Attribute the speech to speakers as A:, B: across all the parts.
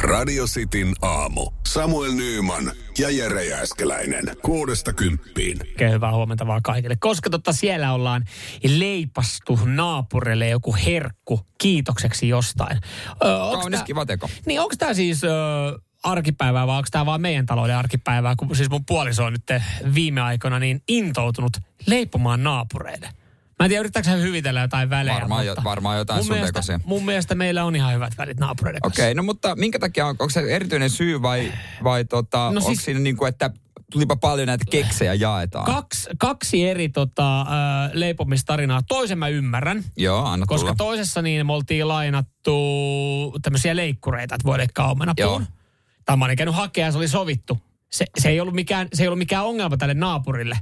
A: Radio Cityn aamu. Samuel Nyyman ja Jere Jääskeläinen. Kuudesta kymppiin.
B: Oikein hyvää huomenta vaan kaikille, koska totta siellä ollaan leipastu naapurille joku herkku kiitokseksi jostain. Ö, onks
C: Kaunis
B: tää-
C: kiva teko.
B: Niin onko tämä siis ö, arkipäivää vai onko tämä vaan meidän talouden arkipäivää, kun siis mun puoliso on nyt eh, viime aikoina niin intoutunut leipomaan naapureille. Mä en tiedä, yrittääkö hän hyvitellä jotain välejä,
C: Varmaan jo-
B: mutta
C: varmaan jotain
B: mun
C: sun
B: mielestä,
C: tekosia.
B: mun mielestä meillä on ihan hyvät välit naapureiden kanssa.
C: Okei, no mutta minkä takia, on, onko se erityinen syy vai, vai tota,
B: No
C: no
B: siis-
C: siis, siinä niin kuin, että tulipa paljon näitä keksejä jaetaan?
B: Kaksi, kaksi eri tota, ö, leipomistarinaa. Toisen mä ymmärrän.
C: Joo, anna
B: Koska
C: tulla.
B: toisessa niin me oltiin lainattu tämmöisiä leikkureita, että voi leikkaa
C: Joo.
B: omenapuun. Tai mä olin käynyt hakea ja se oli sovittu. Se, se, ei ollut mikään, se ei ollut mikään ongelma tälle naapurille.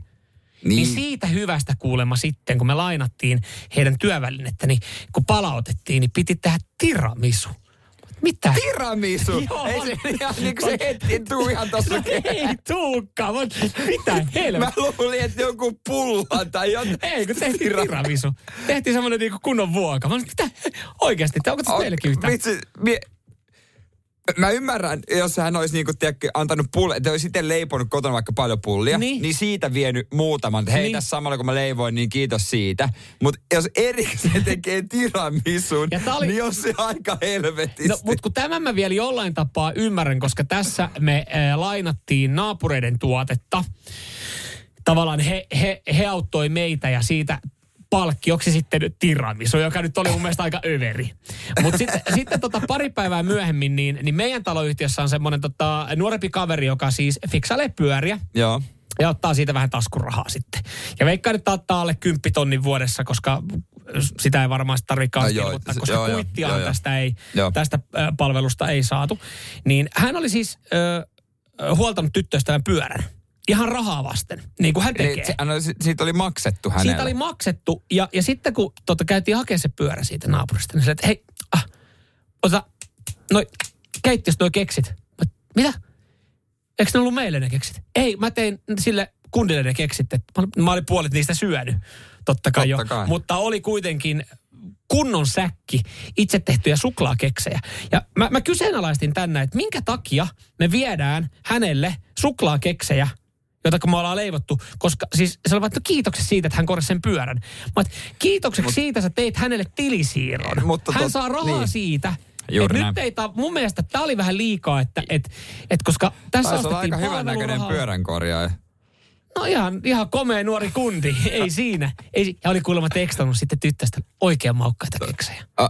B: Niin. niin siitä hyvästä kuulemma sitten, kun me lainattiin heidän työvälinettä, niin kun palautettiin, niin piti tehdä tiramisu. Mitä?
C: Tiramisu!
B: Joo.
C: Ei se, ihan, niin kuin se heti tuu ihan tossa
B: No ei tuukkaan, mutta mitä helvettiä?
C: Mä luulin, että joku pulla tai jotain.
B: Ei, kun tehtiin tiramisu. Tehtiin semmoinen niinku kunnon vuoka. Mä olin, mitä? Oikeasti, että onko tässä
C: O-
B: teilläkin yhtään?
C: vitsi, mie- Mä ymmärrän, jos hän olisi niinku, tiedätkö, antanut pulle, että olisi itse leiponut kotona vaikka paljon pullia,
B: Niin.
C: niin, niin siitä vienyt muutaman. että Hei,
B: Niin.
C: niin. tässä samalla kun mä leivoin, niin kiitos siitä. Mutta jos erikseen tekee tiramisun,
B: Ja tää oli-
C: oli... niin on se aika helvetisti.
B: No, mutta kun tämän mä vielä jollain tapaa ymmärrän, koska tässä me äh, lainattiin naapureiden tuotetta. Tavallaan he, he, he auttoi meitä ja siitä palkkioksi sitten tiramisu, joka nyt oli mun mielestä aika överi. Mutta sitten, sitten tota pari päivää myöhemmin, niin, niin meidän taloyhtiössä on semmoinen tota, nuorempi kaveri, joka siis fiksailee pyöriä
C: Joo.
B: ja ottaa siitä vähän taskurahaa sitten. Ja veikkaan, että ottaa alle 10 tonnin vuodessa, koska sitä ei varmaan sit tarvikaan
C: No
B: no
C: joo,
B: ilmoittaa,
C: se-
B: koska
C: joo, joo,
B: kuittia
C: joo, joo.
B: tästä, ei,
C: Joo.
B: tästä ö, palvelusta ei saatu. Niin hän oli siis ö, ö, huoltanut tyttöystävän pyörän. Ihan rahaa vasten, niin kuin hän tekee.
C: Niin, se, no, si- siitä oli maksettu hänelle.
B: Siitä oli maksettu ja, ja sitten kun tota, käytiin hakemaan se pyörä siitä naapurista, niin sille, että hei, ah, ota noi keittiöstä noi keksit. Mä, Mitä? Eikö ne ollut meille ne keksit? Ei, mä tein sille kundille ne keksit. että Mä, mä olin puolet niistä syönyt, totta kai
C: Totta
B: jo.
C: kai.
B: Mutta oli kuitenkin kunnon säkki itse tehtyjä suklaakeksejä. Ja mä, mä kyseenalaistin tänne, että minkä takia me viedään hänelle suklaakeksejä, jota kun me ollaan leivottu, koska siis se oli vaikka kiitokset siitä, että hän korjasi sen pyörän. Mä oot, kiitokseksi siitä sä teit hänelle tilisiirron.
C: Mutta
B: hän
C: tot-
B: saa rahaa
C: niin.
B: siitä.
C: Juuri
B: et
C: näin.
B: nyt ei ta, mun mielestä tämä oli vähän liikaa, että et, et koska tässä
C: Taisi olla aika
B: ostettiin
C: hyvän näköinen
B: palvelurahaa.
C: pyöränkorjaaja.
B: No ihan, ihan komea nuori kunti, ei siinä. Ei, si- ja oli kuulemma tekstannut sitten tyttästä oikean maukkaita keksejä.
C: Ah,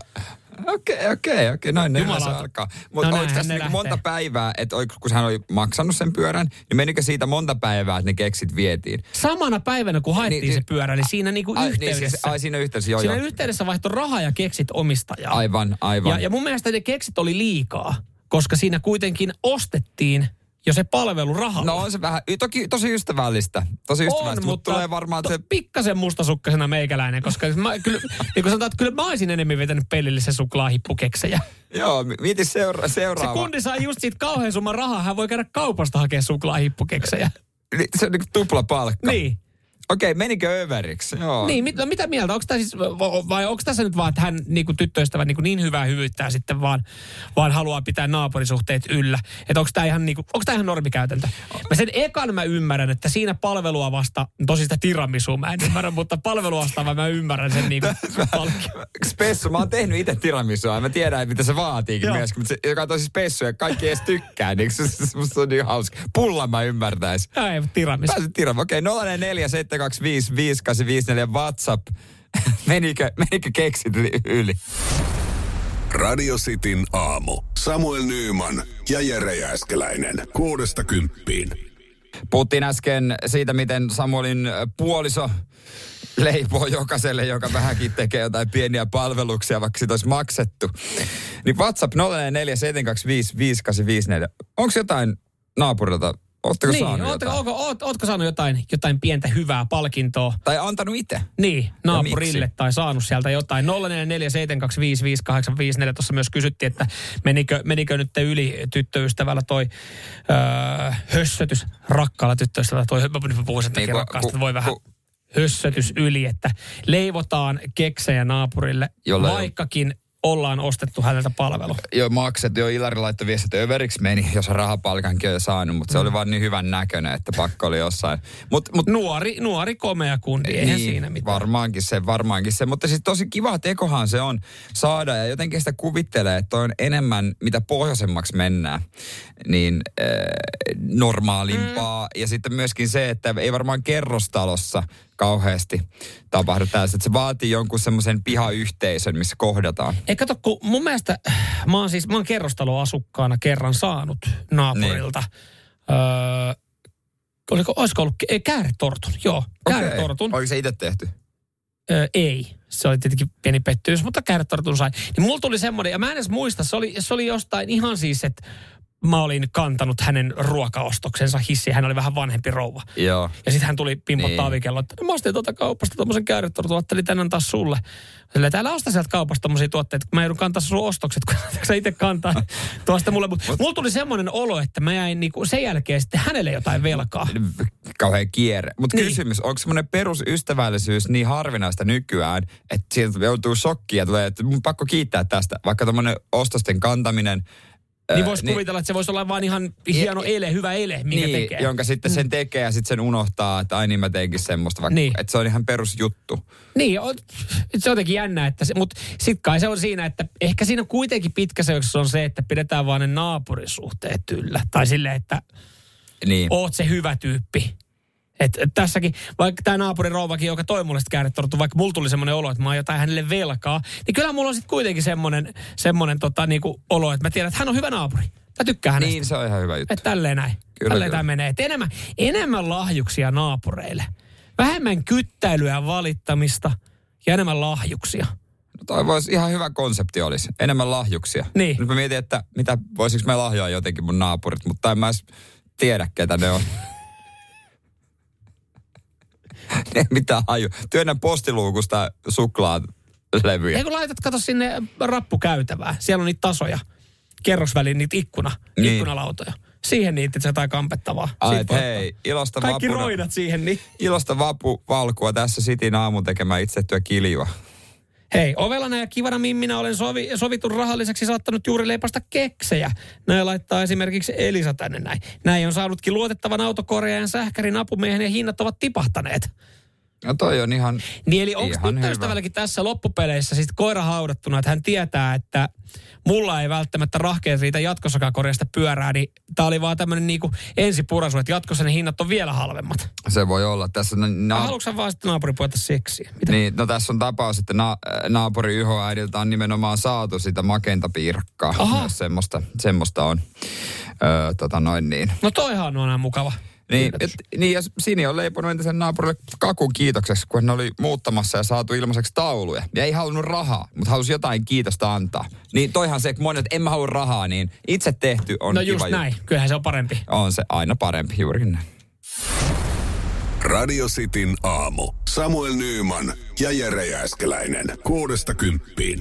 C: Okei, okei, okei. Noin ne
B: Jumalauta.
C: se alkaa. Mutta
B: No
C: no oliko
B: näinhän ne
C: tässä niinku monta
B: lähtee.
C: päivää, että oliko- kun hän oli maksanut sen pyörän, niin menikö siitä monta päivää, että ne keksit vietiin?
B: Samana päivänä, kun haettiin
C: Niin,
B: se
C: niin-
B: pyörä, niin siinä niinku
C: Ai, niin
B: yhteydessä.
C: siis, ai siinä yhteydessä, joo,
B: siinä
C: joo.
B: yhteydessä vaihtoi rahaa ja keksit omistajaa.
C: Aivan, aivan.
B: Ja, ja mun mielestä ne keksit oli liikaa, koska siinä kuitenkin ostettiin jo se palvelu rahalla.
C: No on se vähän, y- toki tosi ystävällistä, tosi ystävällistä, mutta, mutta tulee varmaan
B: to-
C: se...
B: pikkasen mustasukkaisena meikäläinen, koska mä, kyllä, niin kuin sanotaan, että kyllä mä olisin enemmän vetänyt pelillisen suklaahippukeksejä.
C: Joo, mi- mieti seura-
B: Se
C: seuraava.
B: kundi sai just siitä kauhean summan rahaa, hän voi käydä kaupasta hakemaan suklaahippukeksejä.
C: Ni- Se on niinku tupla palkka.
B: Niin,
C: Okei, menikö överiksi? Joo.
B: niin mit, no mitä mieltä? Onko tämä siis, va- vai onko tässä nyt vaan, että hän niin kuin tyttöystävä niin, kuin niin hyvää hyvyyttää sitten vaan, vaan haluaa pitää naapurisuhteet yllä? Että onko tämä ihan, niin kuin, onko tämä ihan normikäytäntö? Mä sen ekan mä ymmärrän, että siinä palvelua vasta, tosi sitä tiramisua mä en ymmärrä, mutta palvelua vastaan mä ymmärrän sen niin kuin palkkion.
C: Spessu, mä oon tehnyt itse tiramisua. Mä tiedän, mitä se vaatiikin
B: Joo.
C: myöskin. Mutta se, joka on tosi spessu ja kaikki ei edes tykkää, niin se, se, se, musta se on niin hauska. Pulla mä ymmärtäis.
B: Ei, tiramis.
C: Pääsit tiramisua. Okei, 044 725 5854 WhatsApp. menikö, menikö keksit li- yli?
A: Radio Cityn aamu. Samuel Nyyman ja Jere Jääskeläinen. Kuudesta kymppiin.
C: Puhuttiin äsken siitä, miten Samuelin puoliso leipoo jokaiselle, joka vähänkin tekee jotain pieniä palveluksia, vaikka sitä olisi maksettu. Niin WhatsApp 047255854. Onko jotain naapurilta? Oletteko
B: Niin,
C: saanut
B: ootko,
C: jotain?
B: ootko, oot- ootko saanut jotain, jotain pientä hyvää palkintoa?
C: Tai antanut itse?
B: Niin, naapurille
C: miksi?
B: tai saanut sieltä jotain. 0447255854. Tuossa myös kysyttiin, että menikö, menikö nyt yli tyttöystävällä toi öö, hössötys rakkaalla tyttöystävällä. Toi, mä nyt puhun sen takia
C: Niin, kun-
B: rakkaasta, että
C: kun-
B: voi vähän
C: kun-
B: hössötys yli, että leivotaan keksejä naapurille,
C: Jolla ei ole-
B: vaikkakin ollaan ostettu häneltä palvelu.
C: jo maksettu, jo Ilari laittoi viesti, että överiksi meni, jos rahapalkankin on jo saanut, mutta se oli vaan niin hyvän näköinen, että pakko oli jossain. Mut, mut,
B: Nuori, nuori komea kundi, eihän
C: Niin.
B: siinä mitään.
C: Varmaankin se, varmaankin se. Mutta siis tosi kiva tekohan se on saada ja jotenkin sitä kuvittelee, että toi on enemmän, mitä pohjoisemmaksi mennään, niin eh, normaalimpaa. Mm. Ja sitten myöskin se, että ei varmaan kerrostalossa kauheasti tapahdu tällaista. Että se vaatii jonkun semmoisen pihayhteisön, missä kohdataan.
B: Ei kato, kun mun mielestä mä oon siis, mä oon kerrostaloasukkaana kerran saanut naapurilta. Niin. Öö, oliko, olisiko ollut, ei, kääretortun, joo, kääretortun.
C: Okei. Oliko se itse tehty?
B: Öö, ei, se oli tietenkin pieni pettymys, mutta kääretortun sai. Niin mulla tuli semmoinen, ja mä en edes muista, se oli, se oli jostain ihan siis, että mä olin kantanut hänen ruokaostoksensa hissiin, hän oli vähän vanhempi rouva.
C: Joo.
B: Ja sitten hän tuli
C: Niin.
B: pimpottaa niin. avikello, että mä ostin tuolta kaupasta tuommoisen kääretortun, ajattelin tänään taas sulle. Sillä täällä osta sieltä kaupasta tuommoisia tuotteita, kun mä joudun kantaa sun ostokset, kun sä itse kantaa tuosta mulle. Mutta mulla tuli semmoinen olo, että mä jäin niinku sen jälkeen sitten hänelle jotain velkaa.
C: kauhean kierre. Mutta niin.
B: Niin.
C: kysymys, onko semmoinen perusystävällisyys niin harvinaista nykyään, että siitä joutuu shokkiin ja tulee, että mun pakko kiittää tästä, vaikka tämmöinen ostosten kantaminen.
B: Niin
C: ö,
B: voisi kuvitella, että se voisi olla vaan ihan hieno ele, hyvä ele, minkä
C: niin,
B: tekee.
C: jonka sitten sen tekee ja sitten sen unohtaa, että ai niin mä teinkin semmoista, vaikka, niin.
B: Niin.
C: että se on ihan perusjuttu.
B: Niin, on- se on jotenkin jännä, että se, mutta sit kai se on siinä, että ehkä siinä kuitenkin pitkässä juoksussa on se, että pidetään vaan ne naapurisuhteet yllä. Tai silleen, että
C: Niin.
B: oot se hyvä tyyppi. Et, et tässäkin, vaikka tämä naapurin rouvakin, joka toi mulle sitä kääretorttua, vaikka mulla tuli semmoinen olo, että mä oon jotain hänelle velkaa, niin kyllä mulla on sitten kuitenkin semmoinen, semmoinen tota, niinku, olo, että mä tiedän, että hän on hyvä naapuri. Mä tykkään hänestä.
C: Niin, se on ihan hyvä juttu.
B: Että tälleen näin.
C: Kyllä,
B: Kyllä, tälleen
C: kyllä.
B: tämä menee. Et enemmän, enemmän lahjuksia naapureille. Vähemmän kyttäilyä ja valittamista ja enemmän lahjuksia.
C: No Toi voisi ihan hyvä konsepti olisi. Enemmän lahjuksia.
B: Niin.
C: Nyt mä mietin, että mitä, voisiko mä lahjoa jotenkin mun naapurit, mutta en mä edes tiedä, ketä ne on. ne mitä haju. Työnnä postiluukusta suklaat levyjä.
B: Ei kun laitat, kato sinne rappukäytävää. Siellä on niitä tasoja. Kerrosväliin niitä ikkuna,
C: Niin.
B: niin. ikkunalautoja. Siihen niitä että jotain kampettavaa.
C: Ai,
B: Siitä
C: et
B: voi
C: hei, ilosta
B: ottaa. Kaikki
C: vapuna.
B: roidat siihen, niin.
C: Ilosta vapu valkua tässä sitin aamun tekemään itsettyä kiljua.
B: Hei, ovelana ja kivana mimminä olen sovi, sovitun rahalliseksi saattanut juuri leipasta keksejä. Näin laittaa esimerkiksi Elisa tänne näin. Näin on saanutkin luotettavan autokorjaajan sähkärin apumiehen ja hinnat ovat tipahtaneet.
C: No toi on ihan...
B: Niin eli onko
C: Ihan
B: tyttöystävälläkin tässä loppupeleissä siis koira haudattuna, että hän tietää, että mulla ei välttämättä rahkeet riitä jatkossakaan korjasta pyörää, niin tää oli vaan tämmönen niinku ensipurasu, että jatkossa ne hinnat on vielä halvemmat.
C: Se voi olla. Tässä on...
B: No. Haluatko sä vaan sitten naapuripuolta seksiä? Mitä?
C: Niin, no tässä on tapaus, että na- äh, naapuri Yho äidiltä on nimenomaan saatu sitä makeinta piirakkaa.
B: Aha.
C: Myös semmoista, semmoista on. Öö, tota noin niin.
B: No toihan on aina mukava.
C: Niin, et, niin, ja Sini on leiponut entisen naapurille kakun kiitokseksi, kun hän oli muuttamassa ja saatu ilmaiseksi tauluja. Ja ei halunnut rahaa, mutta halusi jotain kiitosta antaa. Niin toihan se, kun monet, että en mä halua rahaa, niin itse tehty on
B: No
C: kiva
B: just
C: juttu.
B: näin, kyllähän se on parempi.
C: On se aina parempi juurikin näin.
A: Radio Cityn aamu. Samuel Nyyman ja Jere Jääskeläinen. Kuudesta kymppiin.